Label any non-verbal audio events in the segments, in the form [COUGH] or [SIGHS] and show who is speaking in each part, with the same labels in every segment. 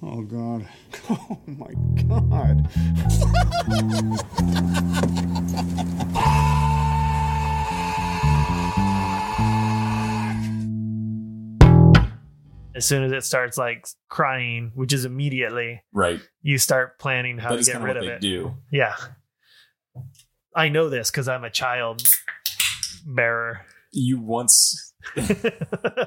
Speaker 1: Oh God. [LAUGHS] Oh my God.
Speaker 2: As soon as it starts like crying, which is immediately,
Speaker 3: Right.
Speaker 2: you start planning how
Speaker 3: That
Speaker 2: to
Speaker 3: is
Speaker 2: get
Speaker 3: kind of
Speaker 2: rid
Speaker 3: what
Speaker 2: of
Speaker 3: they
Speaker 2: it.
Speaker 3: do.
Speaker 2: Yeah. I know this because I'm a child bearer. [LAUGHS]
Speaker 3: You once
Speaker 2: I
Speaker 3: you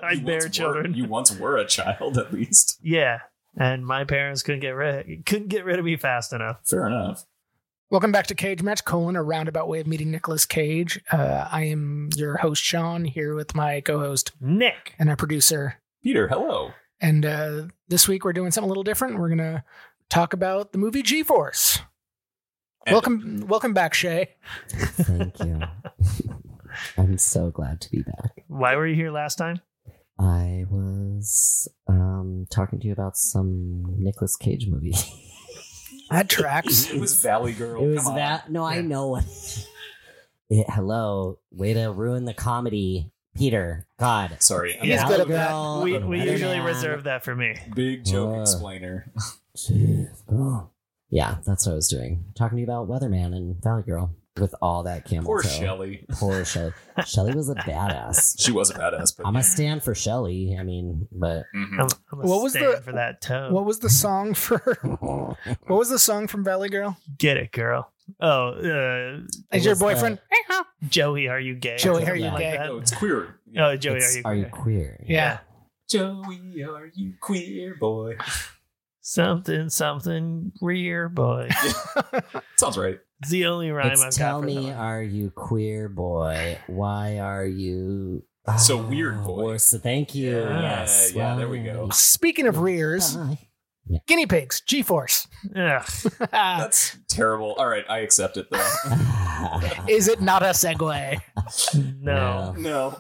Speaker 3: once
Speaker 2: bear
Speaker 3: were-
Speaker 2: children.
Speaker 3: you once were a child, [LAUGHS] at least.
Speaker 2: Yeah. And my parents couldn't get rid couldn't get rid of me fast enough.
Speaker 3: Fair enough.
Speaker 4: Welcome back to Cage Match Colon, a roundabout way of meeting Nicolas Cage. Uh, I am your host, Sean, here with my co host
Speaker 2: Nick.
Speaker 4: and our producer.
Speaker 3: Peter, hello.
Speaker 4: And uh, this week we're doing something a little different. We're going to talk about the movie G Force.
Speaker 3: And-
Speaker 4: Welcome, welcome back, Shay.
Speaker 5: Thank you. [LAUGHS] I'm so glad to be back.
Speaker 2: Why were you here last time?
Speaker 5: I was um, talking to you about some Nicolas Cage movie.
Speaker 4: That
Speaker 5: [LAUGHS]
Speaker 4: tracks.
Speaker 3: It was Valley Girl.
Speaker 5: it was
Speaker 3: Come on.
Speaker 5: that. No, I
Speaker 2: Yeah.
Speaker 5: know what. It, hello, way to ruin the comedy, Peter. God,
Speaker 3: Sorry. I'm
Speaker 2: Yeah.
Speaker 4: good
Speaker 5: Valley
Speaker 4: at that.
Speaker 5: Girl,
Speaker 2: we
Speaker 5: and
Speaker 2: we
Speaker 5: Weatherman.
Speaker 2: usually reserve that for me.
Speaker 3: a big joke
Speaker 5: Uh.
Speaker 3: explainer.
Speaker 5: Jeez. Oh. Yeah, that's what I was doing. Talking to you about Weatherman and Valley Girl with all that camel
Speaker 3: Poor
Speaker 5: toe.
Speaker 3: Shelley.
Speaker 5: Poor Shelly. Shelly was
Speaker 3: [LAUGHS]
Speaker 5: a badass.
Speaker 3: She was a badass, but
Speaker 5: I'm a stand for Shelly. I mean, but
Speaker 3: Mhm.
Speaker 2: [LAUGHS] I'm, I'm a
Speaker 4: What was
Speaker 2: stand
Speaker 4: the-
Speaker 2: for that
Speaker 5: uh,
Speaker 2: toe?
Speaker 4: What was the song for? [LAUGHS] What was the song from Valley Girl?
Speaker 2: get it, girl. Oh,
Speaker 4: Is
Speaker 5: It
Speaker 4: your
Speaker 5: was, uh,
Speaker 4: boyfriend? Hey-ho.
Speaker 2: uh, Joey, are you gay?
Speaker 4: Joey,
Speaker 2: Or
Speaker 4: are you
Speaker 2: something
Speaker 4: gay?
Speaker 2: Like
Speaker 3: No,
Speaker 2: that.
Speaker 3: it's queer. Yeah.
Speaker 2: Oh, Joey,
Speaker 5: it's-
Speaker 2: are you?
Speaker 5: are you
Speaker 2: gay?
Speaker 5: queer?
Speaker 4: Yeah.
Speaker 3: Joey, are you queer boy?
Speaker 2: Something, something, rear boy.
Speaker 3: Sounds right.
Speaker 2: It's the only rhyme
Speaker 5: It's
Speaker 2: I've
Speaker 5: tell
Speaker 2: got for
Speaker 5: me,
Speaker 2: that.
Speaker 5: are you queer boy? Why are you
Speaker 3: So weird,
Speaker 5: Ah,
Speaker 3: boy.
Speaker 5: worse- thank you.
Speaker 3: Yeah,
Speaker 5: yes.
Speaker 3: yeah, there we go.
Speaker 4: [LAUGHS] Speaking of
Speaker 5: [LAUGHS]
Speaker 4: rears,
Speaker 5: Bye.
Speaker 4: guinea pigs, G
Speaker 5: [LAUGHS]
Speaker 4: Force.
Speaker 2: Ugh.
Speaker 5: Ah.
Speaker 3: That's terrible. All right, I accept it though.
Speaker 4: [LAUGHS]
Speaker 3: [LAUGHS]
Speaker 4: Is it not a segue?
Speaker 2: No.
Speaker 5: Yeah.
Speaker 3: no,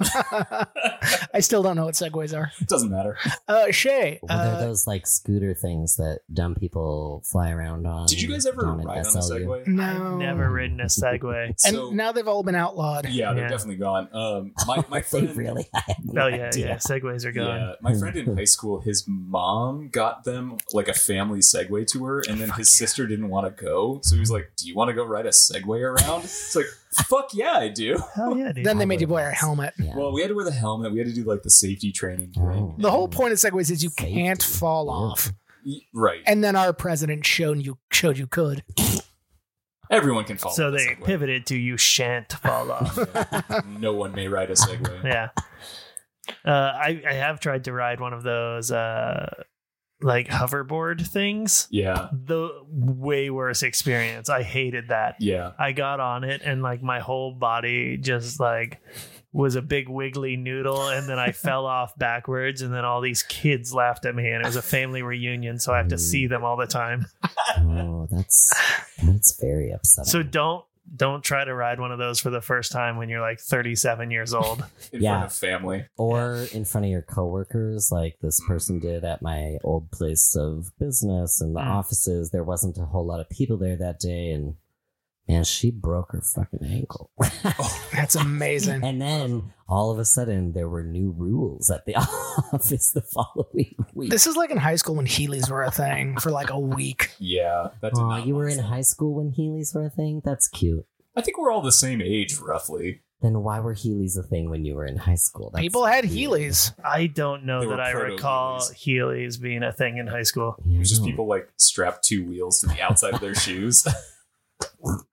Speaker 4: [LAUGHS] I still don't know what segues are.
Speaker 3: it doesn't matter.
Speaker 4: Uh, Shay,
Speaker 5: Well, they're
Speaker 4: uh,
Speaker 5: those like scooter things that dumb people fly around on.
Speaker 3: Did you guys ever
Speaker 5: down at
Speaker 3: ride on a
Speaker 5: SLU?
Speaker 3: Segway?
Speaker 4: no.
Speaker 2: Never ridden a Segway.
Speaker 3: [LAUGHS]
Speaker 4: And
Speaker 3: So-
Speaker 4: now they've all been outlawed.
Speaker 3: Yeah, they're
Speaker 2: Yeah.
Speaker 3: definitely gone. Um, my
Speaker 5: [LAUGHS]
Speaker 3: my
Speaker 5: They
Speaker 3: friend,
Speaker 5: really. I had no
Speaker 2: Oh yeah,
Speaker 5: idea.
Speaker 2: yeah. Segways are gone.
Speaker 3: yeah, my friend in high school, his mom got them like a family Segway tour, and then his sister didn't want to go, so he was like, "Do you want to go ride a Segway around?" It's like, "Fuck yeah, I do."
Speaker 2: Hell yeah, dude.
Speaker 4: Then they made you wear a helmet.
Speaker 5: Yeah.
Speaker 3: Well, we had to wear the helmet. We had to do like the safety training thing.
Speaker 5: Oh.
Speaker 4: The whole point of segues is you
Speaker 5: Safety.
Speaker 4: can't fall
Speaker 5: Yeah.
Speaker 4: off.
Speaker 3: Y- Right.
Speaker 4: And then our president showed you showed you could.
Speaker 3: Everyone can follow.
Speaker 2: so
Speaker 3: the
Speaker 2: they
Speaker 3: Segway.
Speaker 2: pivoted to you shan't fall
Speaker 3: [LAUGHS]
Speaker 2: off.
Speaker 3: Yeah. no one may ride a Segway.
Speaker 2: yeah. Uh, I, I have tried to ride one of those uh, like hoverboard things.
Speaker 3: Yeah.
Speaker 2: The way worse experience. I hated that.
Speaker 3: Yeah.
Speaker 2: I got on it and like my whole body just like was a big wiggly noodle and then I fell off backwards and then all these kids laughed at me and it was a family reunion so I have to see them all the time.
Speaker 5: Oh, that's that's very upsetting.
Speaker 2: So don't don't try to ride one of those for the first time when you're like 37 years old.
Speaker 3: In
Speaker 5: Yeah.
Speaker 3: front of family.
Speaker 5: or in front of your coworkers like this
Speaker 4: Mm-hmm.
Speaker 5: person did at my old place of business and the
Speaker 2: Mm.
Speaker 5: offices there wasn't a whole lot of people there that day and man she broke her
Speaker 4: [LAUGHS]
Speaker 5: fucking ankle [LAUGHS]
Speaker 4: That's amazing.
Speaker 5: and then all of a sudden there were new rules at the [LAUGHS] office the following week
Speaker 4: This is like in high school when Heelys were a thing for like a week.
Speaker 3: Yeah. That did
Speaker 5: Aw,
Speaker 3: not
Speaker 5: you were
Speaker 3: last
Speaker 5: in
Speaker 3: long.
Speaker 5: high school when heelys were a thing that's cute
Speaker 3: I think we're all the same age, roughly.
Speaker 5: then why were heelys a thing when you were in high school [LAUGHS] That's
Speaker 4: People had
Speaker 5: weird.
Speaker 4: Heelys.
Speaker 2: I don't know
Speaker 3: They were
Speaker 2: that I
Speaker 3: proto
Speaker 2: recall Heelys being a thing in high school.
Speaker 5: yeah,
Speaker 3: It was just
Speaker 5: no.
Speaker 3: people like strapped two wheels to the outside of their
Speaker 5: [LAUGHS]
Speaker 3: shoes.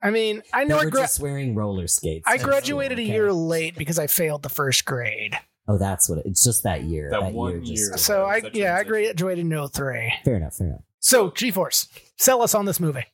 Speaker 4: I mean, I
Speaker 5: they
Speaker 4: know I
Speaker 5: were
Speaker 4: gra-
Speaker 5: just wearing roller skates
Speaker 4: I
Speaker 5: That's
Speaker 4: graduated a
Speaker 5: okay.
Speaker 4: year late because I failed the first grade.
Speaker 5: Oh, that's what it, it's just that year.
Speaker 3: That
Speaker 5: That,
Speaker 3: one
Speaker 5: year. Just,
Speaker 3: year.
Speaker 4: So I
Speaker 3: Such
Speaker 4: yeah, I
Speaker 3: transition.
Speaker 4: graduated in 03.
Speaker 5: Fair enough. Fair enough.
Speaker 4: So G-Force, sell us on this movie.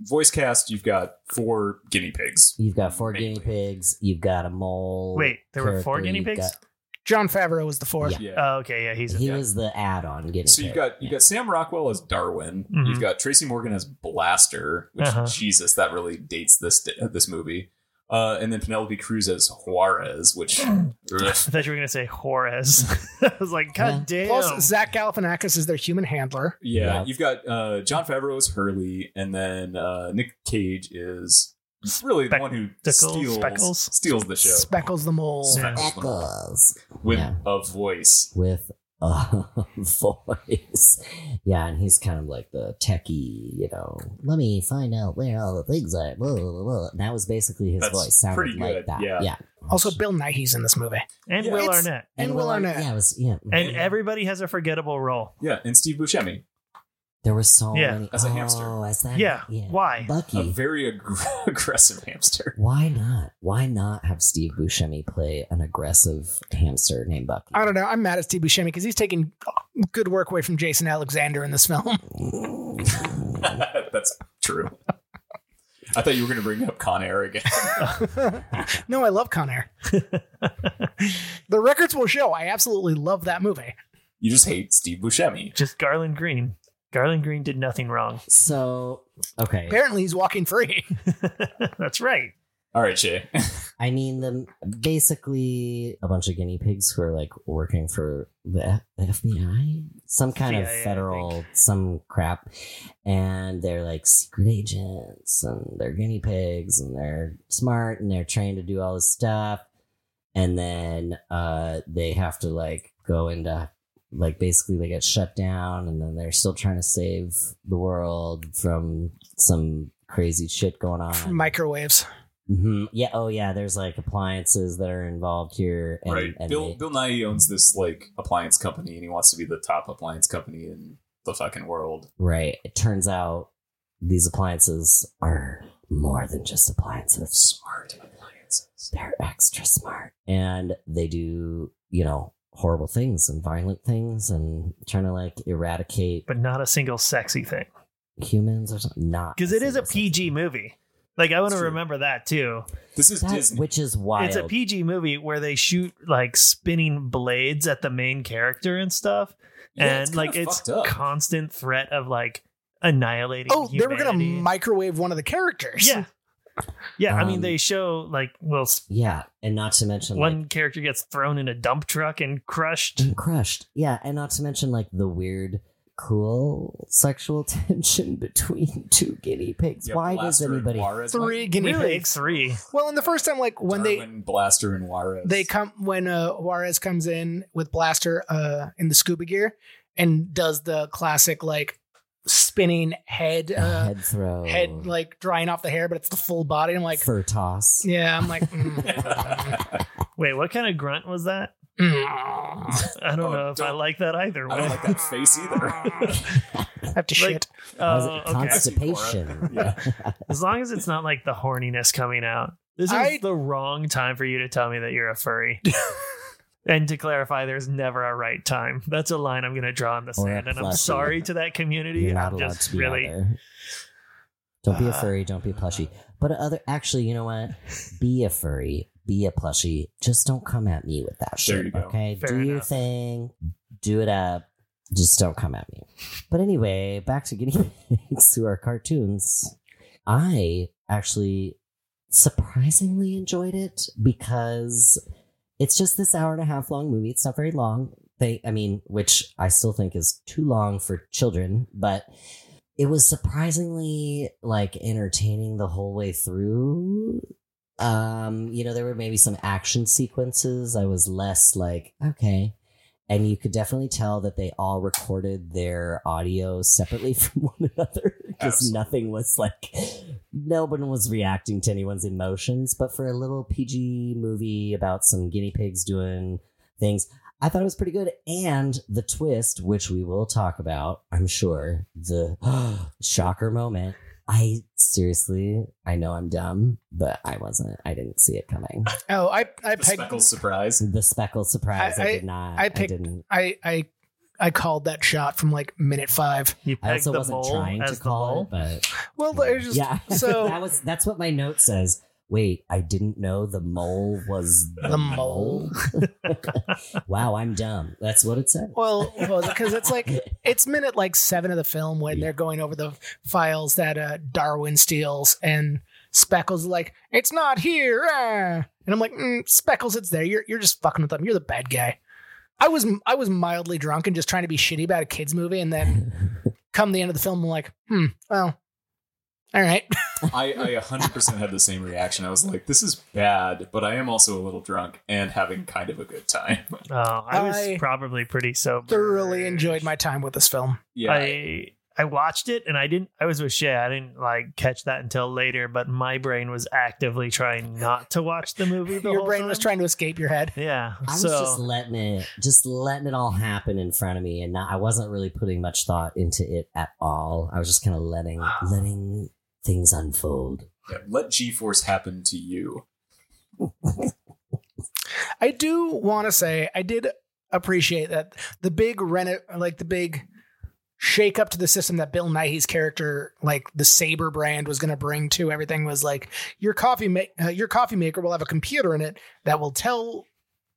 Speaker 3: Voice cast, you've got four guinea pigs.
Speaker 5: You've got four
Speaker 3: Mainly.
Speaker 5: guinea pigs. You've got a mole.
Speaker 2: Wait, there were four
Speaker 5: character,
Speaker 2: guinea
Speaker 5: you've
Speaker 2: pigs?
Speaker 5: got-
Speaker 4: John Favreau was the fourth.
Speaker 5: Yeah.
Speaker 2: Oh, okay, yeah, he's a
Speaker 5: he
Speaker 3: yeah.
Speaker 5: was the add-on guinea
Speaker 3: So
Speaker 5: pig.
Speaker 3: you've got you have got Sam Rockwell as Darwin.
Speaker 2: Mhm.
Speaker 3: You've got Tracy Morgan as Blaster, which
Speaker 2: Uh-huh.
Speaker 3: Jesus, that really dates this this movie. Uh, and then Penelope Cruz as Juarez, which
Speaker 2: [CLEARS THROAT]
Speaker 3: ugh.
Speaker 2: I thought you were gonna say Horace. [LAUGHS] I was like, God damn.
Speaker 4: Plus, Zach Galifianakis is their human handler.
Speaker 3: Yeah,
Speaker 5: Yeah.
Speaker 3: you've got uh, John Favreau is Hurley, and then uh, Nick Cage is really the one who
Speaker 2: Spectacles?
Speaker 3: steals
Speaker 2: Speckles?
Speaker 3: steals the show
Speaker 4: Speckles the mole.
Speaker 2: Yeah.
Speaker 3: Speckles.
Speaker 5: Speckles
Speaker 3: with
Speaker 5: Yeah.
Speaker 3: a voice.
Speaker 5: with uh, [LAUGHS] voice. Yeah, and he's kind of like the techie, you know. Let me find out where all the things are. Blah, blah, blah, blah. And That was basically his
Speaker 3: That's
Speaker 5: voice. Sounded
Speaker 3: pretty
Speaker 5: like
Speaker 3: good,
Speaker 5: that.
Speaker 3: yeah.
Speaker 4: Also, Bill Nighy's in this movie.
Speaker 2: and
Speaker 3: Yeah.
Speaker 2: Will
Speaker 4: It's-
Speaker 2: Arnett.
Speaker 4: and Will
Speaker 5: Arnett-
Speaker 4: Arnett.
Speaker 5: Yeah, it was, yeah. Mm-hmm.
Speaker 2: And everybody has a forgettable role.
Speaker 3: Yeah, and Steve Buscemi,
Speaker 5: there were so
Speaker 2: Yeah,
Speaker 5: many.
Speaker 3: as a
Speaker 5: oh,
Speaker 3: hamster.
Speaker 5: As that,
Speaker 2: Yeah, why?
Speaker 5: Bucky.
Speaker 3: a very ag- [LAUGHS] aggressive hamster.
Speaker 5: Why not? Why not have Steve Buscemi play an aggressive hamster named Bucky?
Speaker 4: I don't know. I'm mad at Steve Buscemi because he's taking good work away from Jason Alexander in this film. [LAUGHS]
Speaker 3: [LAUGHS] That's true. [LAUGHS] I thought you were going to bring up Con Air again. [LAUGHS]
Speaker 4: no, I love Con
Speaker 2: [LAUGHS]
Speaker 4: Air. the records will show. I absolutely love that movie.
Speaker 3: You just hate Steve Buscemi.
Speaker 2: Just Garland Green. Garland Green did nothing wrong. [LAUGHS]
Speaker 5: So, okay.
Speaker 4: Apparently, he's walking free.
Speaker 2: That's right.
Speaker 3: All right, [LAUGHS] Shay.
Speaker 5: I mean, the basically a bunch of guinea pigs who are like working for the F- FBI, some kind
Speaker 2: CIA, I
Speaker 5: of federal, some crap, and they're like secret agents, and they're guinea pigs, and they're smart, and they're trained to do all this stuff, and then uh, they have to like go into like basically they get shut down, and then they're still trying to save the world from some crazy shit going on.
Speaker 4: Microwaves.
Speaker 5: Mhm. Yeah. Oh, yeah. There's like appliances that are involved here. And,
Speaker 3: right.
Speaker 5: and
Speaker 3: Bill
Speaker 5: they-
Speaker 3: Bill Nye owns this like appliance company, and he wants to be the top appliance company in the fucking world.
Speaker 5: right. It turns out these appliances are more than just appliances.
Speaker 3: Smart appliances.
Speaker 5: They're extra smart, and they do you know horrible things and violent things, and trying to like eradicate
Speaker 2: But not a single sexy thing.
Speaker 5: humans or something. Not
Speaker 2: Because it is a
Speaker 5: serious.
Speaker 2: PG movie. Like I want
Speaker 3: It's
Speaker 2: to
Speaker 3: true.
Speaker 2: remember that too.
Speaker 3: This is
Speaker 5: That-
Speaker 3: Disney.
Speaker 5: which is wild.
Speaker 2: It's a PG movie where they shoot like spinning blades at the main character and stuff.
Speaker 3: Yeah,
Speaker 2: and
Speaker 3: it's
Speaker 2: like
Speaker 3: kinda
Speaker 2: it's
Speaker 3: fucked up.
Speaker 2: constant threat of like annihilating.
Speaker 4: Oh, they were going to
Speaker 2: humanity.
Speaker 4: microwave one of the characters.
Speaker 2: Yeah. Yeah, I mean
Speaker 5: Um,
Speaker 2: they show like well s-
Speaker 5: yeah, and not to mention like,
Speaker 2: one character gets thrown in a dump truck and
Speaker 5: [LAUGHS]
Speaker 2: crushed.
Speaker 5: and crushed. Yeah, and not to mention like the weird, cool sexual [LAUGHS] tension between two guinea pigs.
Speaker 3: Yeah,
Speaker 5: Why does
Speaker 3: Blaster and
Speaker 5: anybody?
Speaker 3: Juarez,
Speaker 4: Three guinea
Speaker 2: really
Speaker 4: pigs.
Speaker 2: three.
Speaker 4: Well, in the first time, like when they
Speaker 3: Darwin, Blaster and Juarez. [LAUGHS]
Speaker 4: they come when uh Juarez comes in with Blaster uh in the scuba gear and does the classic like spinning head
Speaker 5: a
Speaker 4: uh
Speaker 5: head throw,
Speaker 4: head like drying off the hair, but it's the full body. I'm like,
Speaker 5: fur toss.
Speaker 4: yeah, I'm like,
Speaker 3: [LAUGHS]
Speaker 4: mm,
Speaker 2: Wait, what kind of grunt was that?
Speaker 4: mm.
Speaker 2: [LAUGHS] I don't
Speaker 3: Oh,
Speaker 2: know if I
Speaker 3: don't-
Speaker 2: like that either.
Speaker 3: I don't like that face either.
Speaker 4: [LAUGHS] I have to
Speaker 2: Like-
Speaker 4: shit.
Speaker 5: Was
Speaker 2: Oh,
Speaker 5: it
Speaker 2: okay.
Speaker 5: constipation?
Speaker 3: [LAUGHS] Yeah.
Speaker 2: As long as it's not like the horniness coming out. This is
Speaker 4: I-
Speaker 2: the wrong time for you to tell me that you're a
Speaker 3: [LAUGHS]
Speaker 2: furry. and to clarify, there's never a right time. That's a line I'm going to draw in the
Speaker 5: Or a
Speaker 2: sand. And I'm
Speaker 5: plushie.
Speaker 2: sorry to that community.
Speaker 5: You're
Speaker 2: I'm
Speaker 5: not allowed
Speaker 2: just
Speaker 5: to be
Speaker 2: really.
Speaker 5: either. Don't be a
Speaker 2: Uh,
Speaker 5: furry. Don't be a plushie. But other, actually, you know what? Be a furry. Be a plushie. Just don't come at me with that
Speaker 3: There you
Speaker 5: shit.
Speaker 3: go.
Speaker 5: Okay,
Speaker 2: Fair
Speaker 5: do your
Speaker 2: enough.
Speaker 5: thing. Do it up. Just don't come at me. But anyway, back to [LAUGHS] guinea pigs to our cartoons. I actually surprisingly enjoyed it because it's just this hour and a half long movie. It's not very long. They, I mean, which I still think is too long for children, but it was surprisingly like entertaining the whole way through. Um, you know, there were maybe some action sequences. I was less like, okay. And you could definitely tell that they all recorded their audio separately [LAUGHS] from one another because
Speaker 3: Absolutely.
Speaker 5: nothing was like, no one was reacting to anyone's emotions. But for a little PG movie about some guinea pigs doing things, I thought it was pretty good. And the twist, which we will talk about, I'm sure, the [GASPS] shocker moment. I seriously, I know I'm dumb, but I wasn't. I didn't see it coming.
Speaker 4: Oh, I I
Speaker 3: the
Speaker 4: pegged
Speaker 3: Speckles surprise.
Speaker 5: The speckled surprise, I,
Speaker 4: I-
Speaker 5: did not.
Speaker 4: I
Speaker 5: I,
Speaker 4: picked-
Speaker 5: didn't.
Speaker 4: I I I called that shot from like minute five.
Speaker 2: You
Speaker 5: I
Speaker 2: pegged
Speaker 5: also
Speaker 2: the
Speaker 5: wasn't
Speaker 2: mole
Speaker 5: trying to
Speaker 2: as the
Speaker 5: call it,
Speaker 2: mole.
Speaker 5: but
Speaker 4: Well, [LAUGHS] there's just
Speaker 5: yeah.
Speaker 4: so-
Speaker 5: [LAUGHS] that was that's what my note says. Wait, I didn't know the mole was the,
Speaker 4: The mole.
Speaker 5: [LAUGHS] wow, I'm dumb. That's what it said.
Speaker 4: Well, because it's like it's minute like seven of the film when they're going over the files that uh, Darwin steals, and Speckles is like, "It's not here," ah." and I'm like, mm, "Speckles, it's there. You're you're just fucking with them. You're the bad guy." I was I was mildly drunk and
Speaker 2: [LAUGHS]
Speaker 4: just trying to be shitty about a kids movie, and then come the end of the film, I'm like, "Hmm, well, All right. [LAUGHS]
Speaker 3: I, I 100% had the same reaction. I was like, this is bad, but I am also a little drunk and having kind of a good time.
Speaker 2: Oh, I was
Speaker 4: I
Speaker 2: probably pretty
Speaker 3: [LAUGHS]
Speaker 2: sober.
Speaker 4: Thoroughly enjoyed my time with this film.
Speaker 3: Yeah.
Speaker 2: I I watched it and I didn't. I was with Shay. I didn't like catch that until later. But my brain was actively trying not to watch the movie. The
Speaker 4: Your
Speaker 2: whole
Speaker 4: brain
Speaker 2: time.
Speaker 4: was trying to escape your head.
Speaker 2: Yeah.
Speaker 5: I was
Speaker 2: so
Speaker 5: just letting it, just letting it all happen in front of me, and not, I wasn't really putting much thought into it at all. I was just kind of letting, letting things unfold.
Speaker 3: Yeah, let G Force happen to you.
Speaker 4: I do want to say I did appreciate that the big reno, like the big shake up to the system that Bill Nighy's character, like the Saber brand, was going to bring to everything was like your coffee ma- uh, your coffee maker will have a computer in it that will tell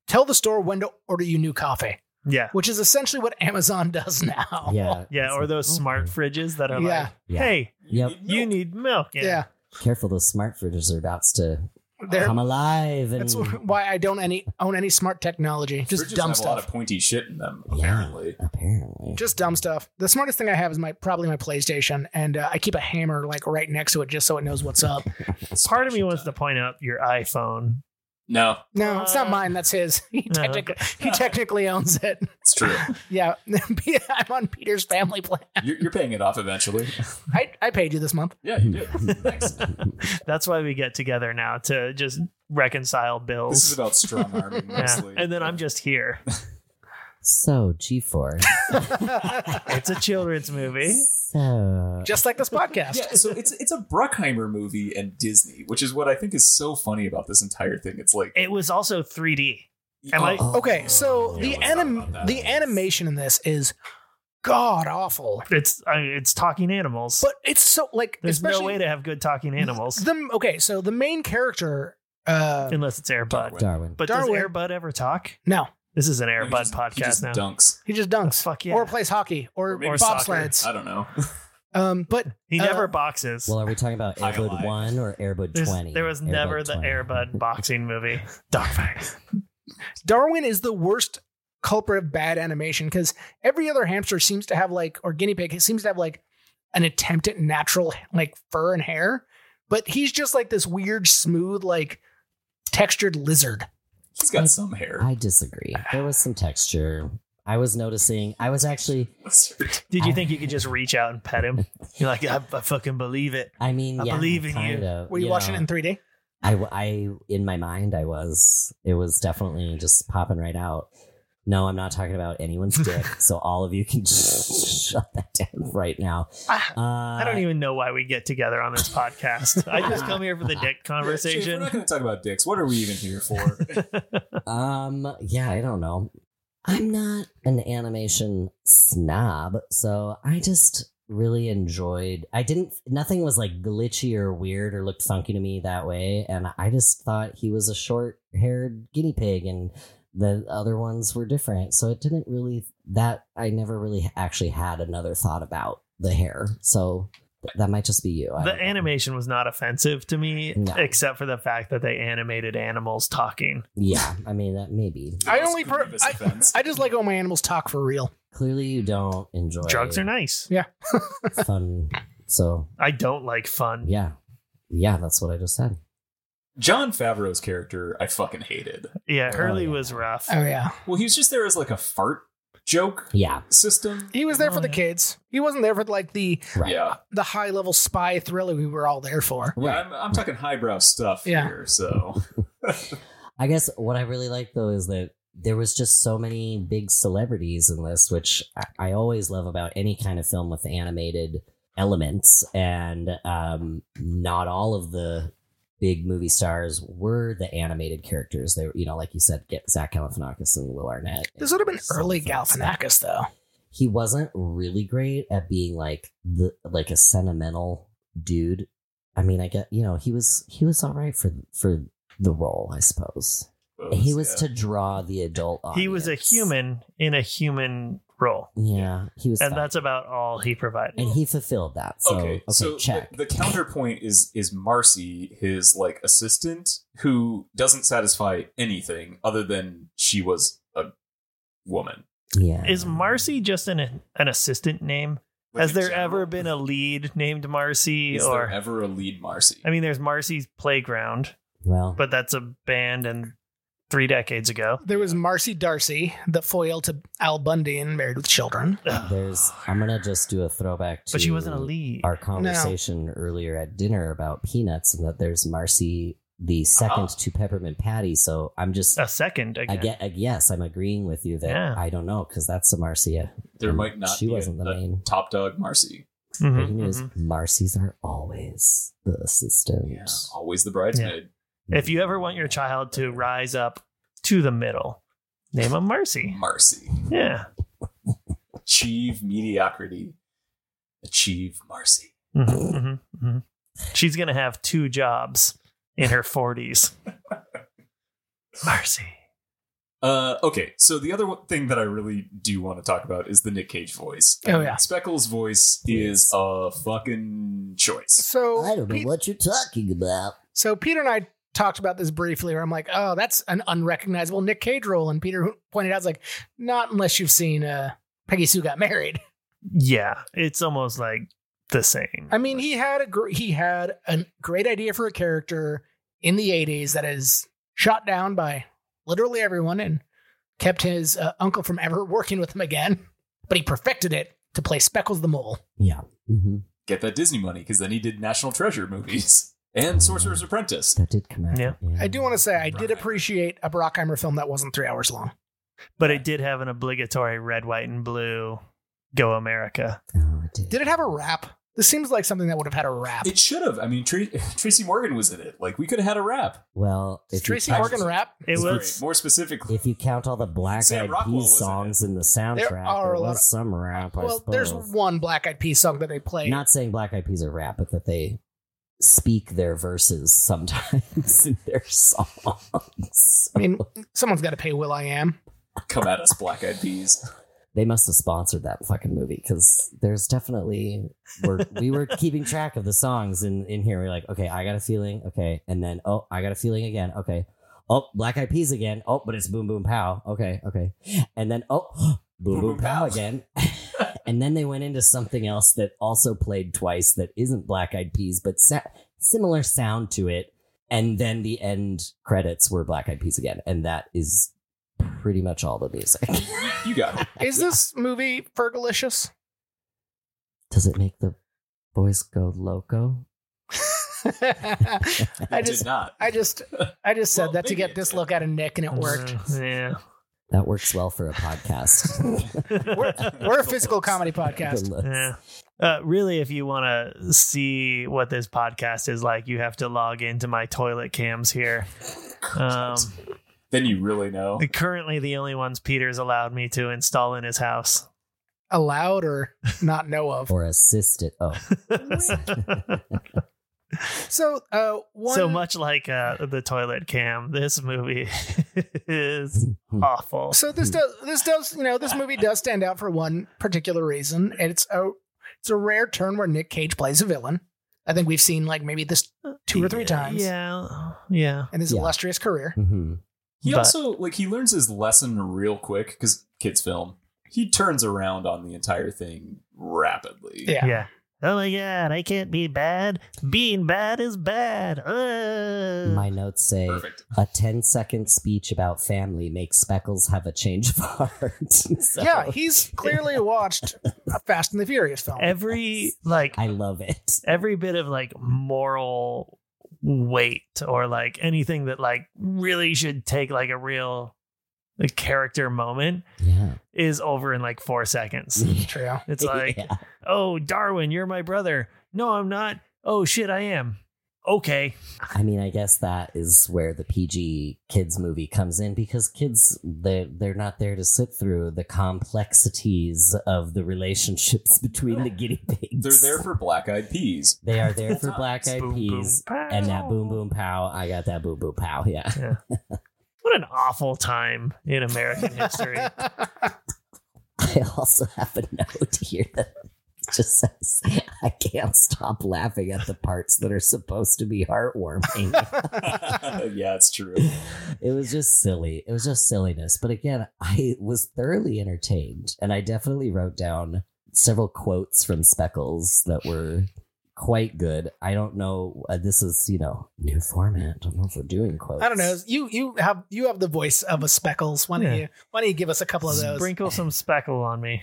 Speaker 4: tell the store when to order you new coffee,
Speaker 2: yeah,
Speaker 4: which is essentially what Amazon [LAUGHS] does now.
Speaker 5: Yeah,
Speaker 2: [LAUGHS] yeah.
Speaker 5: It's
Speaker 2: Or
Speaker 5: like,
Speaker 2: those
Speaker 5: okay.
Speaker 2: smart fridges that are
Speaker 4: Yeah.
Speaker 2: like, hey,
Speaker 5: Yep.
Speaker 2: you need milk.
Speaker 4: Yeah.
Speaker 5: Careful, those smart fridges are about to
Speaker 4: They're-
Speaker 3: Um,
Speaker 5: come alive. And
Speaker 4: that's why I don't any own any smart technology. Just
Speaker 3: Fridges
Speaker 4: dumb
Speaker 3: have a lot of
Speaker 4: stuff.
Speaker 3: pointy shit in them,
Speaker 5: Yeah.
Speaker 3: apparently.
Speaker 5: [LAUGHS] apparently,
Speaker 4: just dumb stuff. The smartest thing I have is my probably my PlayStation, and uh, I keep a hammer like right next to it just so it knows what's up.
Speaker 2: Part of me wants to point out your iPhone.
Speaker 3: No,
Speaker 4: No, it's not
Speaker 2: Uh,
Speaker 4: mine. That's his. [LAUGHS] He
Speaker 2: uh,
Speaker 4: technically he technically owns it.
Speaker 3: it's
Speaker 2: [LAUGHS]
Speaker 3: true.
Speaker 4: Yeah, [LAUGHS] I'm on Peter's family plan.
Speaker 3: you're, you're paying it off eventually.
Speaker 4: I, I paid you this month. [LAUGHS]
Speaker 3: Yeah,
Speaker 2: [LAUGHS]
Speaker 3: you did.
Speaker 5: Hmm.
Speaker 3: Thanks.
Speaker 2: That's why we get together now to just reconcile bills.
Speaker 3: This is about strong arming
Speaker 2: yeah.
Speaker 3: mostly.
Speaker 2: And then I'm just
Speaker 3: [LAUGHS]
Speaker 2: here.
Speaker 5: so G force.
Speaker 2: It's a children's movie.
Speaker 5: so
Speaker 4: Just like this podcast.
Speaker 3: yeah, so it's it's a Bruckheimer movie and Disney, which is what I think is so funny about this entire thing. It's like
Speaker 2: It was also 3D. Am I-
Speaker 5: Oh.
Speaker 4: Okay, so
Speaker 3: Yeah,
Speaker 4: the
Speaker 3: let's talk about
Speaker 4: anim
Speaker 3: that.
Speaker 4: the animation in this is god awful.
Speaker 2: It's I it's talking animals.
Speaker 4: But it's so like
Speaker 2: There's no
Speaker 4: especially
Speaker 2: way to have good talking animals
Speaker 4: the okay, so the main character uh
Speaker 2: unless it's Airbud.
Speaker 5: Darwin.
Speaker 2: But
Speaker 4: Darwin.
Speaker 2: does Airbud ever talk?
Speaker 4: no,
Speaker 2: This is an
Speaker 3: He
Speaker 2: Airbud
Speaker 3: just- he
Speaker 2: podcast
Speaker 3: just
Speaker 2: now.
Speaker 3: Dunks.
Speaker 4: he just dunks.
Speaker 2: Fuck yeah.
Speaker 4: Or plays hockey or,
Speaker 3: Or maybe
Speaker 4: bobsleds.
Speaker 3: I don't know.
Speaker 4: Um but
Speaker 2: He
Speaker 4: uh,
Speaker 2: never boxes.
Speaker 5: well, are we talking about
Speaker 3: I
Speaker 5: Airbud
Speaker 3: lied.
Speaker 5: One or Airbud
Speaker 2: There's-
Speaker 5: Twenty?
Speaker 2: there was
Speaker 5: Air Bud
Speaker 2: never the
Speaker 5: 20.
Speaker 2: Airbud boxing movie. Dogfight.
Speaker 4: Darwin is the worst culprit of bad animation because every other hamster seems to have like, or guinea pig seems to have like an attempt at natural like fur and hair, but he's just like this weird, smooth, like textured lizard.
Speaker 3: He's got some hair. [LAUGHS]
Speaker 5: I disagree. There was some texture. I was noticing. I was actually.
Speaker 2: [LAUGHS] Did you think you could just reach out and pet him? You're like, I, I fucking believe it.
Speaker 5: I mean,
Speaker 2: I
Speaker 5: yeah,
Speaker 2: believe in you.
Speaker 5: kind Of,
Speaker 4: Were you, watching
Speaker 5: know,
Speaker 4: it in 3D?
Speaker 5: I, w- I, in my mind, I was. It was definitely just popping right out. No, I'm not talking about
Speaker 2: [LAUGHS]
Speaker 5: anyone's dick, so all of you can [LAUGHS] just shut that down right now.
Speaker 4: Ah,
Speaker 5: Uh,
Speaker 2: I don't even know why we get together on this podcast. I just come here for
Speaker 5: [LAUGHS]
Speaker 2: the dick
Speaker 3: Chief, We're
Speaker 2: conversation. [LAUGHS]
Speaker 3: not going to talk about dicks. What are we even here for?
Speaker 5: Um, yeah, I don't know. I'm not an animation snob, so I just really enjoyed. I didn't nothing was like glitchy or weird or looked funky to me that way, and I just thought he was a short-haired guinea pig and the other ones were different. So it didn't really that I never really actually had another thought about the hair. So th- that might just be you. I
Speaker 2: The
Speaker 5: don't know.
Speaker 2: animation was not offensive to me,
Speaker 5: No.
Speaker 2: except for the fact that they animated animals talking.
Speaker 5: Yeah, I mean that maybe.
Speaker 4: I only per-
Speaker 3: Grievous offense.
Speaker 4: I just like when my animals talk for real.
Speaker 5: Clearly you don't enjoy
Speaker 2: Drugs are nice.
Speaker 5: fun. So
Speaker 2: I don't like fun.
Speaker 5: Yeah. Yeah, that's what I just said.
Speaker 3: John Favreau's character, I fucking hated.
Speaker 2: Yeah,
Speaker 5: Oh,
Speaker 2: Hurley
Speaker 5: yeah.
Speaker 2: was rough.
Speaker 4: Oh yeah,
Speaker 3: Well, he was just there as like a fart joke
Speaker 5: Yeah.
Speaker 3: system.
Speaker 4: he was there
Speaker 2: Oh,
Speaker 4: for the
Speaker 2: yeah.
Speaker 4: kids. He wasn't there for like the
Speaker 5: Right.
Speaker 3: Yeah,
Speaker 4: the high level spy thriller we were all there for.
Speaker 3: yeah I'm, I'm talking highbrow stuff
Speaker 4: Yeah.
Speaker 3: here. So
Speaker 5: I guess what I really like though is that there was just so many big celebrities in this, which I, I always love about any kind of film with animated elements. And um, not all of the big movie stars were the animated characters. They were, you know, like you said, get Zach Galifianakis and Will Arnett.
Speaker 4: This would have been
Speaker 5: Some
Speaker 4: early
Speaker 5: folks that-
Speaker 4: Galifianakis though.
Speaker 5: he wasn't really great at being like the like a sentimental dude. I mean, I get you know he was he was all right for for the role, I suppose. He was
Speaker 3: yeah.
Speaker 5: to draw the adult. Audience.
Speaker 2: He was a human in a human role.
Speaker 5: Yeah, he was,
Speaker 2: And
Speaker 5: fine.
Speaker 2: that's about all he provided.
Speaker 5: and he fulfilled that. So okay,
Speaker 3: so
Speaker 5: check.
Speaker 3: The, the counterpoint is is Marcy, his like assistant, who doesn't satisfy anything other than she was a woman.
Speaker 5: [LAUGHS] yeah,
Speaker 2: Is Marcy just an an assistant name?
Speaker 3: Like,
Speaker 2: Has
Speaker 3: in
Speaker 2: there
Speaker 3: general?
Speaker 2: ever been a lead named Marcy?
Speaker 3: Is
Speaker 2: or
Speaker 3: there ever a lead Marcy?
Speaker 2: I mean, there's Marcy's Playground,
Speaker 5: Well,
Speaker 2: but that's a band and three decades ago.
Speaker 4: There was Marcy Darcy, the foil to Al Bundy in Married with Children.
Speaker 5: there's. I'm gonna just do a throwback to.
Speaker 2: But she wasn't a lead.
Speaker 5: Our conversation earlier at dinner about peanuts and that there's Marcy the 2nd
Speaker 3: Uh-huh.
Speaker 5: to peppermint patty. So I'm just.
Speaker 2: A second
Speaker 5: I
Speaker 2: again.
Speaker 5: get. I, yes, I'm agreeing with you that
Speaker 2: Yeah.
Speaker 5: I don't know because that's a Marcia.
Speaker 3: there
Speaker 5: And
Speaker 3: might not
Speaker 5: She
Speaker 3: be a-
Speaker 5: wasn't the
Speaker 3: a
Speaker 5: main.
Speaker 3: top dog Marcy.
Speaker 2: Mhm,
Speaker 5: Breaking news:
Speaker 2: mhm.
Speaker 5: Marcy's are always the assistant.
Speaker 3: Yeah, always the bridesmaid.
Speaker 2: mm-hmm. If you ever want your child to rise up to the middle, name them Marcy.
Speaker 3: Marcy.
Speaker 2: Yeah.
Speaker 3: Achieve mediocrity. Achieve Marcy.
Speaker 2: Mhm, mhm, mhm. She's going to have two jobs in her
Speaker 3: [LAUGHS]
Speaker 2: 40s. Marcy.
Speaker 3: Uh, okay, so the other one- thing that I really do want to talk about is the Nick Cage voice.
Speaker 4: Oh, yeah.
Speaker 3: Speckles' voice is a fucking choice.
Speaker 4: So
Speaker 5: I don't know
Speaker 4: Pete-
Speaker 5: what you're talking about.
Speaker 4: So Peter and I talked about this briefly where I'm like, oh, that's an unrecognizable Nick Cage role. And Peter pointed out, it's like, not unless you've seen uh, Peggy Sue Got Married.
Speaker 2: Yeah. It's almost like the same.
Speaker 4: I mean, he had a gr- he had a great idea for a character in the 80s that is shot down by literally everyone and kept his uh, uncle from ever [LAUGHS] working with him again. But he perfected it to play Speckles the Mole.
Speaker 5: Yeah. hmm
Speaker 3: Get that Disney money, because then he did National Treasure movies [LAUGHS] and Sorcerer's Apprentice.
Speaker 5: That did come out.
Speaker 2: Yeah.
Speaker 4: I do want to say I
Speaker 3: Right.
Speaker 4: did appreciate a Brockheimer film that wasn't three hours long.
Speaker 2: but it did have an obligatory red, white, and blue Go America.
Speaker 5: Oh, it did.
Speaker 4: Did it have a rap? This seems like something that would have had a rap.
Speaker 3: It should have. I mean, Tra- [LAUGHS] Tracy Morgan was in it. Like, we could have had a rap.
Speaker 5: Well,
Speaker 4: Is
Speaker 5: if
Speaker 4: Tracy
Speaker 5: you count,
Speaker 4: Morgan rap?
Speaker 2: It
Speaker 3: Sorry,
Speaker 2: was.
Speaker 3: more specifically.
Speaker 5: if you count all the Black
Speaker 3: Sam
Speaker 5: Eyed
Speaker 3: Rockwell was
Speaker 5: Peas
Speaker 3: in
Speaker 5: songs in the soundtrack, there,
Speaker 4: are a lot
Speaker 5: was
Speaker 4: of-
Speaker 5: some rap. I
Speaker 4: well, there's
Speaker 5: suppose.
Speaker 4: one Black Eyed Peas song that they play.
Speaker 5: Not saying Black Eyed Peas are rap, but that they speak their verses sometimes [LAUGHS] in their songs.
Speaker 4: I mean, someone's got to pay Will I
Speaker 5: [LAUGHS]
Speaker 4: Am.
Speaker 3: Come at us, Black Eyed Peas.
Speaker 5: They must have sponsored that fucking movie because there's definitely we're, we [LAUGHS] were keeping track of the songs in in here. We're like, okay, I got a feeling, okay, and then oh, I got a feeling again, okay, oh, Black Eyed Peas again, oh, but it's Boom Boom Pow, okay, okay, and then oh, [GASPS] Boom Boom Pow [LAUGHS] again, and then they went into something else that also played twice that isn't Black Eyed Peas but sa- similar sound to it, and then the end credits were Black Eyed Peas again, and that is pretty much all the music. [LAUGHS]
Speaker 3: You got it.
Speaker 4: Is this movie Fergalicious?
Speaker 5: Does it make the boys go loco?
Speaker 4: [LAUGHS] [LAUGHS] I
Speaker 3: It
Speaker 4: just,
Speaker 3: did not.
Speaker 4: I just, I just said
Speaker 3: Well,
Speaker 4: that to
Speaker 3: maybe
Speaker 4: get
Speaker 3: it
Speaker 4: this
Speaker 3: did.
Speaker 4: look out of Nick,
Speaker 5: Mm.
Speaker 4: and
Speaker 3: [LAUGHS]
Speaker 4: it worked.
Speaker 2: Yeah.
Speaker 5: That works well for a podcast.
Speaker 4: We're a physical
Speaker 5: [LAUGHS]
Speaker 4: comedy
Speaker 5: Good
Speaker 4: [LAUGHS] podcast.
Speaker 2: [LAUGHS]
Speaker 5: looks.
Speaker 2: Yeah. Uh, really, if you want to see what this podcast is like, you have to log into my toilet cams here.
Speaker 4: [LAUGHS]
Speaker 2: Um,
Speaker 3: Then you really know.
Speaker 2: the- currently, the only ones Peter's allowed me to install in his house. [LAUGHS]
Speaker 4: Allowed or not know of.
Speaker 5: Or assist it. Oh, [LAUGHS]
Speaker 4: So, uh, one,
Speaker 2: So much like uh, the toilet cam, this movie [LAUGHS] is
Speaker 5: Mm-hmm.
Speaker 2: awful.
Speaker 4: So this does, this does, you know, this movie does stand out for one particular reason, and it's a, it's a rare turn where Nick Cage plays a villain. I think we've seen like maybe this two or three times
Speaker 2: Yeah, yeah. Hmm.
Speaker 4: in his
Speaker 5: Yeah.
Speaker 4: illustrious career.
Speaker 5: mhm.
Speaker 4: Mm.
Speaker 3: He
Speaker 2: But-
Speaker 3: also like he learns his lesson real quick because kids film. He turns around on the entire thing rapidly.
Speaker 4: Yeah.
Speaker 2: Yeah. Oh my god, I can't be bad. Being bad is bad. Ugh.
Speaker 5: my notes say
Speaker 3: perfect.
Speaker 5: a 10 second speech about family makes Speckles have a change of [LAUGHS] heart. So,
Speaker 4: Yeah, he's clearly watched a Fast and the Furious film.
Speaker 2: every like
Speaker 5: I
Speaker 4: [LAUGHS]
Speaker 5: love it.
Speaker 2: every bit of like moral weight or like anything that like really should take like a real like, character moment
Speaker 5: Yeah.
Speaker 2: is over in like 4 seconds.
Speaker 4: True.
Speaker 2: [LAUGHS]
Speaker 5: [LAUGHS]
Speaker 2: It's like,
Speaker 5: Yeah.
Speaker 2: "Oh, Darwin, you're my brother." "No, I'm not." "Oh shit, I am." Okay.
Speaker 5: I mean, I guess that is where the PG kids movie comes in because kids they they're not there to sit through the complexities of the relationships [LAUGHS] between the guinea pigs.
Speaker 3: They're there for black eyed peas. [LAUGHS]
Speaker 5: They are there for
Speaker 3: It's
Speaker 5: black eyed
Speaker 2: Boom, boom,
Speaker 5: peas
Speaker 2: pow.
Speaker 5: and that boom boom pow. I got that boom boom pow. Yeah. [LAUGHS]
Speaker 2: What an awful time [LAUGHS] in American
Speaker 4: [LAUGHS]
Speaker 2: history.
Speaker 5: I also have a note here that just says I can't stop laughing at the parts that are supposed to be heartwarming.
Speaker 4: [LAUGHS]
Speaker 3: yeah, it's
Speaker 5: [LAUGHS]
Speaker 3: true.
Speaker 5: it was just silly. It was just silliness. But again, I was thoroughly entertained and I definitely wrote down several quotes from Speckles that were quite good. I don't know. Uh, this is you know new format. I don't know if we're doing quotes.
Speaker 4: I don't know. You you have you have the voice of a Speckles. Why don't
Speaker 2: Yeah.
Speaker 4: you why don't you give us a couple of those?
Speaker 2: Sprinkle some speckle on me.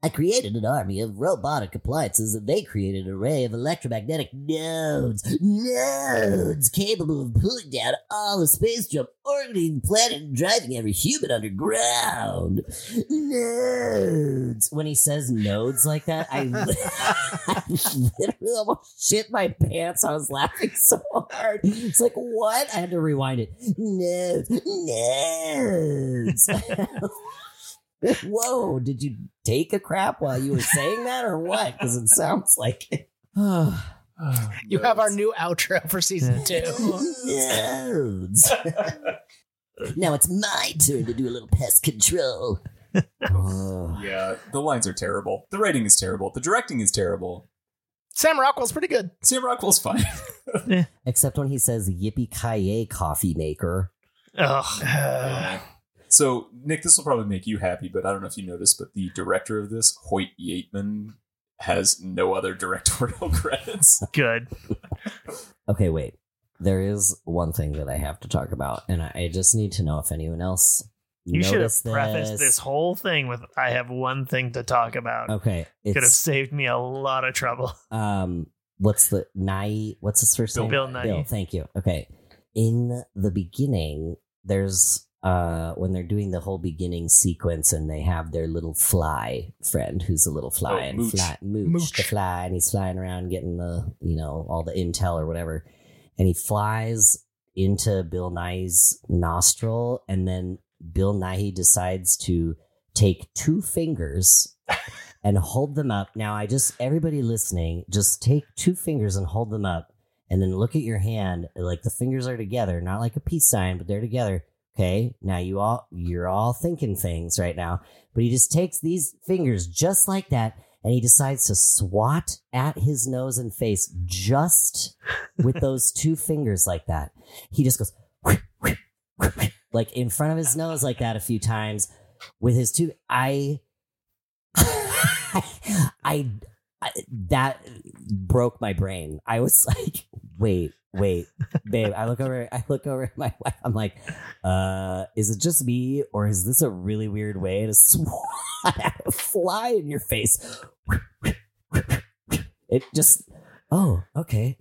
Speaker 5: I created an army of robotic appliances, and they created an array of electromagnetic nodes, nodes capable of pulling down all of space jump, orbiting the planet, and driving every human underground. Nodes. When he says nodes like that, I, [LAUGHS] I literally almost shit my pants. I was laughing so hard. It's like what? I had to rewind it. Nodes, nodes. [LAUGHS] Whoa, did you take a crap while you were saying that or what? Because it sounds like
Speaker 2: [SIGHS]
Speaker 5: it.
Speaker 4: you have our new outro for season two.
Speaker 5: Nodes. [LAUGHS] now it's my turn to do a little pest control. Oh.
Speaker 3: Yeah, the lines are terrible. The writing is terrible. The directing is terrible.
Speaker 4: Sam Rockwell's
Speaker 2: [SIGHS]
Speaker 4: pretty good. [SIGHS]
Speaker 3: Sam Rockwell's fine.
Speaker 5: Except when he says yippee ki coffee maker.
Speaker 2: Ugh.
Speaker 3: so, Nick, this will probably make you happy, but I don't know if you noticed, but the director of this, Hoyt Yateman, has no other directorial [LAUGHS] credits.
Speaker 2: Good.
Speaker 5: Okay, wait. There is one thing that I have to talk about, and I, I just need to know if anyone else
Speaker 2: You should have
Speaker 5: noticed
Speaker 2: prefaced this. whole thing with I have one thing to talk about.
Speaker 5: Okay,
Speaker 2: Could have
Speaker 5: Oh, it's
Speaker 2: saved me a lot of trouble. [LAUGHS]
Speaker 5: um what's the Nye what's his first
Speaker 2: Bill-
Speaker 5: name?
Speaker 2: Bill Nye.
Speaker 5: Bill, thank you. Okay. In the beginning, there's uh when they're doing the whole beginning sequence and they have their little fly friend who's a little fly
Speaker 3: Oh,
Speaker 5: and
Speaker 3: Mooch.
Speaker 5: fly mooch,
Speaker 4: Mooch.
Speaker 5: the fly and he's flying around getting the you know all the intel or whatever and he flies into Bill Nye's nostril and then Bill Nye decides to take two fingers and hold them up. Now, I just, everybody listening, just take two fingers and hold them up and then look at your hand. Like the fingers are together, not like a peace sign, but they're together. Okay. Now you all, you're all thinking things right now, but he just takes these fingers just like that and he decides to swat at his nose and face just with those two fingers like that. He just goes, [LAUGHS] like in front of his nose like that a few times with his two I [LAUGHS] I, I that broke my brain. I was [LAUGHS] like, wait, wait, babe. I look over I look over at my wife. I'm like, uh, is it just me or is this a really weird way to [LAUGHS] swat at a fly in your face? It just oh, okay.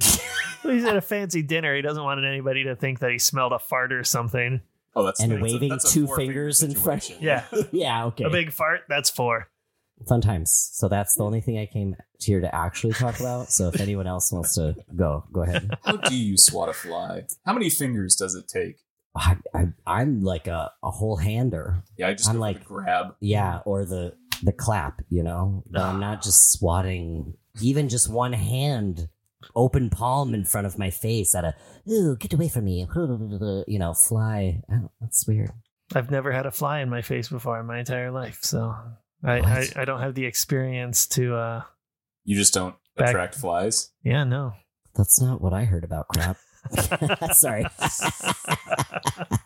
Speaker 2: He's at a fancy dinner. He doesn't want anybody to think that he smelled a fart or something.
Speaker 3: Oh, that's
Speaker 5: And
Speaker 3: that's
Speaker 5: waving
Speaker 3: that's
Speaker 5: two
Speaker 3: four-finger
Speaker 5: fingers in front-
Speaker 3: situation.
Speaker 2: Yeah.
Speaker 5: [LAUGHS]
Speaker 3: [LAUGHS]
Speaker 5: yeah, okay.
Speaker 2: A big fart, that's four.
Speaker 5: fun times. So that's the only thing I came here to actually talk about. So if anyone else wants to go, go ahead. [LAUGHS]
Speaker 3: How do you swat a fly? How many fingers does it take?
Speaker 5: I, I, I'm like a, a whole hander.
Speaker 3: Yeah, I just
Speaker 5: I'm
Speaker 3: go for
Speaker 5: like-
Speaker 3: the grab.
Speaker 5: Yeah, or the the clap, you know. But I'm not just swatting even just one hand open palm in front of my face at a ooh, get away from me. [LAUGHS] You know, fly. I don't, that's weird.
Speaker 2: I've never had a fly in my face before in my entire life, so I,
Speaker 5: What?
Speaker 2: I, I don't have the experience to uh
Speaker 3: You just don't
Speaker 2: Back-
Speaker 3: attract flies.
Speaker 2: yeah,
Speaker 5: [LAUGHS]
Speaker 2: no. [LAUGHS]
Speaker 5: That's not what I heard about crap. [LAUGHS] Sorry. [LAUGHS]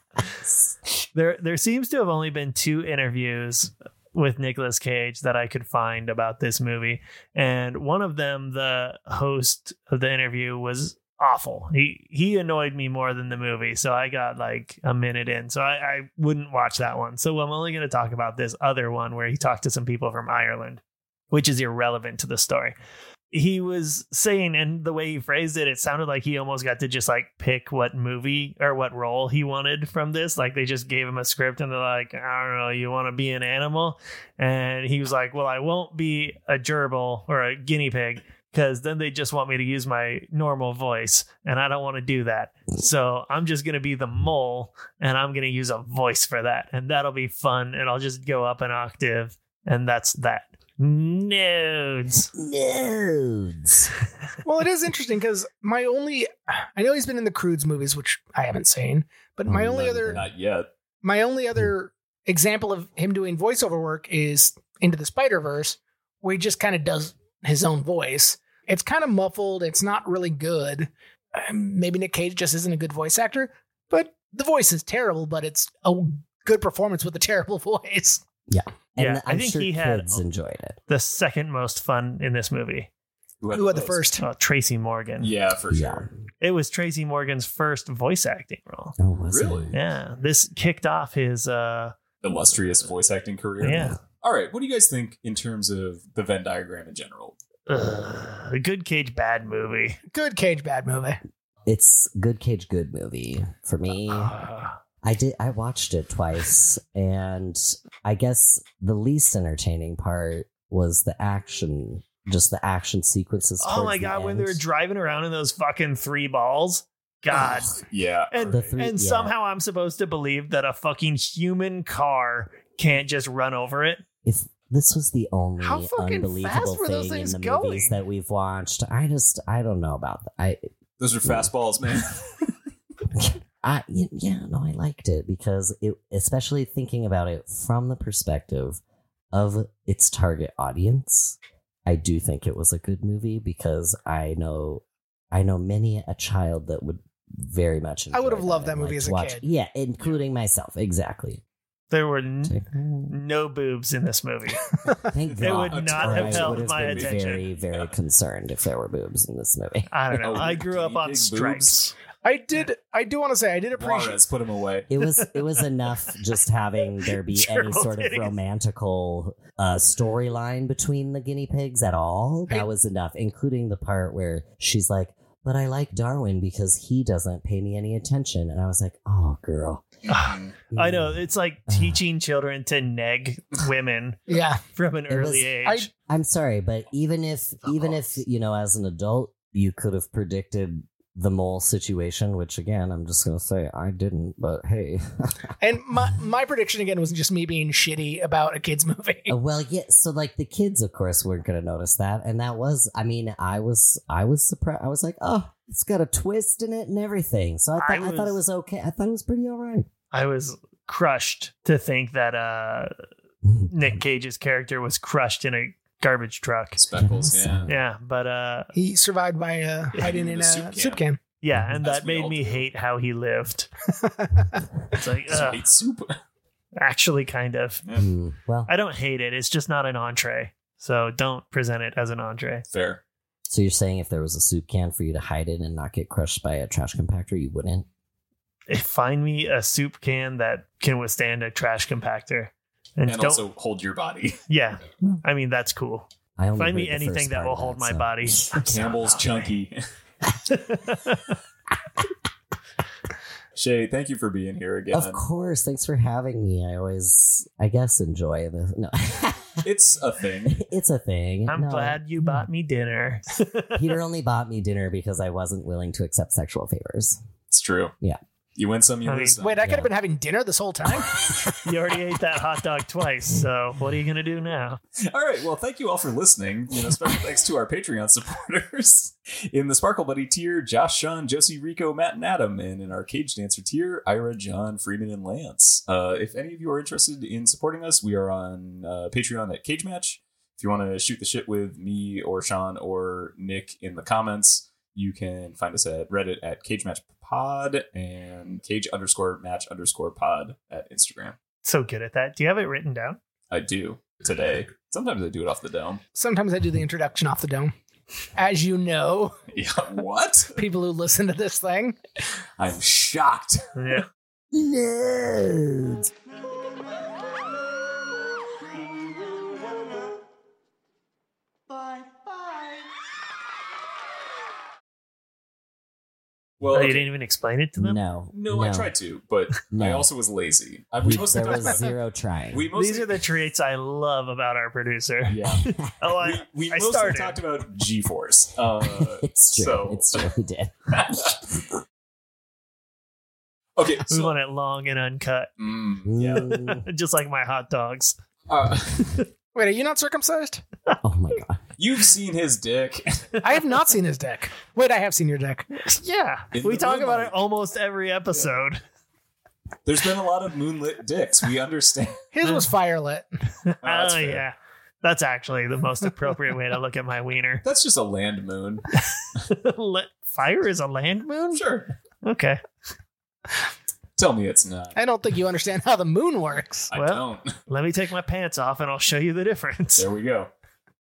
Speaker 2: There there seems to have only been two interviews with Nicolas Cage that I could find about this movie. And one of them, the host of the interview was awful. He he annoyed me more than the movie. So I got like a minute in. So I, I wouldn't watch that one. So I'm only gonna talk about this other one where he talked to some people from Ireland, which is irrelevant to the story. He was saying, and the way he phrased it, it sounded like he almost got to just like pick what movie or what role he wanted from this. Like they just gave him a script and they're like, I don't know, you want to be an animal? And he was like, Well, I won't be a gerbil or a guinea pig because then they just want me to use my normal voice and I don't want to do that. So I'm just going to be the mole and I'm going to use a voice for that. And that'll be fun. And I'll just go up an octave and that's that. Nodes.
Speaker 5: Nudes.
Speaker 4: Well, it is interesting because my only I know he's been in the Crudes movies, which I haven't seen, but my
Speaker 5: Oh,
Speaker 4: only
Speaker 5: no,
Speaker 4: other
Speaker 3: Not yet.
Speaker 4: my only other example of him doing voiceover work is into the Spider Verse, where he just kind of does his own voice. It's kind of muffled. It's not really good. Um, Maybe Nick Cage just isn't a good voice actor, but the voice is [LAUGHS] terrible. But it's a good performance with a terrible voice.
Speaker 5: And
Speaker 2: Yeah, I
Speaker 5: I'm
Speaker 2: think
Speaker 5: sure
Speaker 2: he had-
Speaker 5: kids enjoyed it.
Speaker 2: The second most fun in this movie,
Speaker 3: Who had
Speaker 4: Who had the
Speaker 3: most?
Speaker 4: first?
Speaker 2: uh, Tracy Morgan.
Speaker 3: Yeah, for
Speaker 5: Yeah.
Speaker 3: sure.
Speaker 2: It was Tracy Morgan's first voice acting role.
Speaker 5: Oh, was
Speaker 3: Really?
Speaker 5: it?
Speaker 2: Yeah, this kicked off his. uh
Speaker 3: Illustrious voice acting career.
Speaker 2: Yeah,
Speaker 3: All right. What do you guys think in terms of the Venn diagram in general?
Speaker 2: Ugh, a good cage, bad movie.
Speaker 4: Good Cage Bad movie.
Speaker 5: It's good cage good movie for me.
Speaker 2: Uh, Ugh.
Speaker 5: I did. I watched it twice, and I guess the least entertaining part was the action, just the action sequences.
Speaker 2: oh
Speaker 5: towards
Speaker 2: my
Speaker 5: the
Speaker 2: god, when they were
Speaker 5: end.
Speaker 2: driving around in those fucking three balls, God.
Speaker 3: Yeah.
Speaker 2: And
Speaker 5: The three-
Speaker 2: and
Speaker 5: yeah.
Speaker 2: somehow I'm supposed to believe that a fucking human car can't just run over it.
Speaker 5: if this was the only
Speaker 4: How fucking
Speaker 5: unbelievable
Speaker 4: fast were those
Speaker 5: thing in
Speaker 4: things
Speaker 5: the
Speaker 4: going?
Speaker 5: movies that we've watched, I just I don't know about that. I
Speaker 3: Those are fastballs, man.
Speaker 5: I y- yeah no, I liked it because it, especially thinking about it from the perspective of its target audience. I do think it was a good movie because I know I know many a child that would very much.
Speaker 4: I would have
Speaker 5: enjoy
Speaker 4: loved that
Speaker 5: and
Speaker 4: movie
Speaker 5: like
Speaker 4: as
Speaker 5: to
Speaker 4: a
Speaker 5: watch-
Speaker 4: kid.
Speaker 5: Yeah, including myself exactly.
Speaker 2: There were n-
Speaker 5: Take-
Speaker 2: no boobs in this movie. [LAUGHS]
Speaker 5: Thank
Speaker 2: It
Speaker 5: God.
Speaker 2: would
Speaker 3: not
Speaker 5: or
Speaker 3: have
Speaker 5: I
Speaker 3: held
Speaker 5: would have
Speaker 2: my
Speaker 5: been
Speaker 2: attention.
Speaker 5: Very very concerned if there were boobs in this movie.
Speaker 2: I don't know.
Speaker 3: Oh,
Speaker 2: I grew
Speaker 3: do
Speaker 2: up
Speaker 3: you
Speaker 2: on
Speaker 3: dig
Speaker 2: stripes.
Speaker 4: I did. I do want to say I did [LAUGHS] appreciate.
Speaker 3: Juarez, put him away.
Speaker 5: It was it was enough just having there be any
Speaker 2: [LAUGHS] Gerald
Speaker 5: sort of
Speaker 2: Higgins.
Speaker 5: romantical uh, storyline between the guinea pigs at all. That was enough, including the part where she's like, "But I like Darwin because he doesn't pay me any attention," and I was like, "Oh, girl."
Speaker 3: Mhm.
Speaker 2: I know. It's like
Speaker 3: Mm.
Speaker 2: teaching children to neg women
Speaker 4: Yeah,
Speaker 2: from an
Speaker 5: It
Speaker 2: early
Speaker 5: was-
Speaker 2: age.
Speaker 4: I-
Speaker 5: I'm sorry, but even if even if you know, as an adult, you could have predicted the mole situation, which again, I'm just gonna say I didn't. But hey,
Speaker 4: and my my prediction again was just me being shitty about a
Speaker 2: [LAUGHS]
Speaker 4: kids [LAUGHS] movie.
Speaker 5: Uh, well yeah so like the kids of course weren't gonna notice that and that was i mean i was i was surprised i was like oh it's got a twist in it and everything so i,
Speaker 2: I
Speaker 5: thought I thought it
Speaker 2: was-
Speaker 5: was okay i thought it was pretty all right
Speaker 2: I was crushed to think that uh,
Speaker 5: [LAUGHS]
Speaker 2: Nick
Speaker 3: Mm.
Speaker 2: Cage's character was crushed in a garbage truck.
Speaker 3: Speckles, yeah.
Speaker 2: Yeah, but uh,
Speaker 4: He survived by uh,
Speaker 3: Yeah,
Speaker 4: hiding
Speaker 3: in
Speaker 4: in
Speaker 3: the
Speaker 4: a
Speaker 3: soup
Speaker 4: soup,
Speaker 3: can.
Speaker 4: can.
Speaker 2: yeah, and that
Speaker 3: As Mm-hmm. we
Speaker 2: made
Speaker 3: all
Speaker 2: me
Speaker 3: do.
Speaker 2: hate how he
Speaker 3: [LAUGHS]
Speaker 2: lived. It's like ugh,
Speaker 3: Sweet soup.
Speaker 2: actually kind of.
Speaker 5: Mm, well
Speaker 2: I don't hate it. It's just not an entree. So don't present it as an entree.
Speaker 3: Fair.
Speaker 5: so you're saying if there was a soup can for you to hide in and not get crushed by a trash compactor you wouldn't
Speaker 2: Find me a soup can that can withstand a trash compactor. And,
Speaker 3: And
Speaker 2: don't
Speaker 3: also Mm. hold your
Speaker 5: [LAUGHS]
Speaker 3: body.
Speaker 2: yeah. I mean that's cool.
Speaker 5: I only
Speaker 2: Find me
Speaker 5: heard the
Speaker 2: anything
Speaker 5: first
Speaker 2: that
Speaker 5: part
Speaker 2: will
Speaker 5: of
Speaker 2: hold my
Speaker 5: so-
Speaker 2: body. [LAUGHS]
Speaker 3: [LAUGHS] Campbell's chunky. [LAUGHS] Shay, thank you for being here again.
Speaker 5: [LAUGHS] of course thanks for having me i always i guess enjoy this no [LAUGHS]
Speaker 3: It's a thing.
Speaker 5: it's a thing
Speaker 2: I'm
Speaker 5: No.
Speaker 2: glad you bought me dinner.
Speaker 5: peter only bought me dinner because i wasn't willing to accept sexual favors
Speaker 3: It's true.
Speaker 5: Yeah.
Speaker 3: You win some, you
Speaker 2: I mean,
Speaker 3: lose some.
Speaker 4: Wait, I could
Speaker 5: Yeah.
Speaker 4: have been having dinner this whole time.
Speaker 2: You already ate that hot dog twice, so what are you gonna do now?
Speaker 3: All right. Well, thank you all for listening. You know, special thanks to our Patreon supporters [LAUGHS] in the Sparkle Buddy tier: Josh, Sean, Josie, Rico, Matt, and Adam, and in our Cage Dancer tier: Ira, John, Freeman, and Lance. Uh, if any of you are interested in supporting us, we are on uh, Patreon at Cage Match. If you want to shoot the shit with me or Sean or Nick in the comments, you can find us at Reddit at Cage Match Pod and Cage underscore Match underscore Pod at Instagram.
Speaker 2: So good at that. Do you have it written down?
Speaker 3: I do today.
Speaker 2: Mm-hmm.
Speaker 3: Sometimes I do it off
Speaker 2: [LAUGHS]
Speaker 3: the dome.
Speaker 4: Sometimes I do the introduction off the dome. As you know,
Speaker 3: Yeah, [LAUGHS] what?
Speaker 4: people who listen to this thing,
Speaker 3: I'm shocked.
Speaker 2: Yeah.
Speaker 5: Nerds.
Speaker 6: Bye bye.
Speaker 3: [LAUGHS] Well,
Speaker 2: Oh, You
Speaker 3: okay.
Speaker 2: didn't even explain it to them?
Speaker 5: No,
Speaker 3: no, I tried to, but
Speaker 2: [LAUGHS]
Speaker 5: No.
Speaker 3: I also was lazy. I
Speaker 5: We,
Speaker 3: we mostly
Speaker 5: there
Speaker 3: talked
Speaker 5: was
Speaker 3: about
Speaker 5: zero trying.
Speaker 3: we mostly
Speaker 2: These are the traits I love about our producer.
Speaker 3: yeah.
Speaker 2: [LAUGHS] Oh, I,
Speaker 3: We, we
Speaker 2: I
Speaker 3: mostly
Speaker 2: started.
Speaker 3: talked
Speaker 2: [LAUGHS]
Speaker 3: about G-force. Uh,
Speaker 5: [LAUGHS] it's true.
Speaker 3: so-
Speaker 5: It's true. We did.
Speaker 3: okay,
Speaker 2: we
Speaker 3: so
Speaker 2: want it long and uncut,
Speaker 3: mm, yeah.
Speaker 5: Mm.
Speaker 2: just like my hot dogs.
Speaker 3: Uh,
Speaker 4: wait, are you not circumcised?
Speaker 5: [LAUGHS] oh my god.
Speaker 3: you've seen his dick.
Speaker 4: I have not seen his dick. Wait, I have seen your dick.
Speaker 2: Yeah,
Speaker 3: In
Speaker 2: we
Speaker 3: the
Speaker 2: talk about
Speaker 3: moonlight.
Speaker 2: it almost every episode.
Speaker 3: There's been a lot of moonlit dicks. We understand. [LAUGHS]
Speaker 4: His was firelit.
Speaker 3: Oh,
Speaker 2: [LAUGHS] Oh,
Speaker 3: that's fair.
Speaker 2: yeah, that's actually the most appropriate way to look at my wiener. [LAUGHS]
Speaker 3: That's just a land moon.
Speaker 2: Let- Fire is a land moon.
Speaker 3: Sure.
Speaker 2: Okay,
Speaker 3: Tell me it's not.
Speaker 4: I don't think you understand how the moon works.
Speaker 3: I
Speaker 2: Well-
Speaker 3: don't. [LAUGHS]
Speaker 2: Let me take my pants off and I'll show you the difference.
Speaker 3: There we go.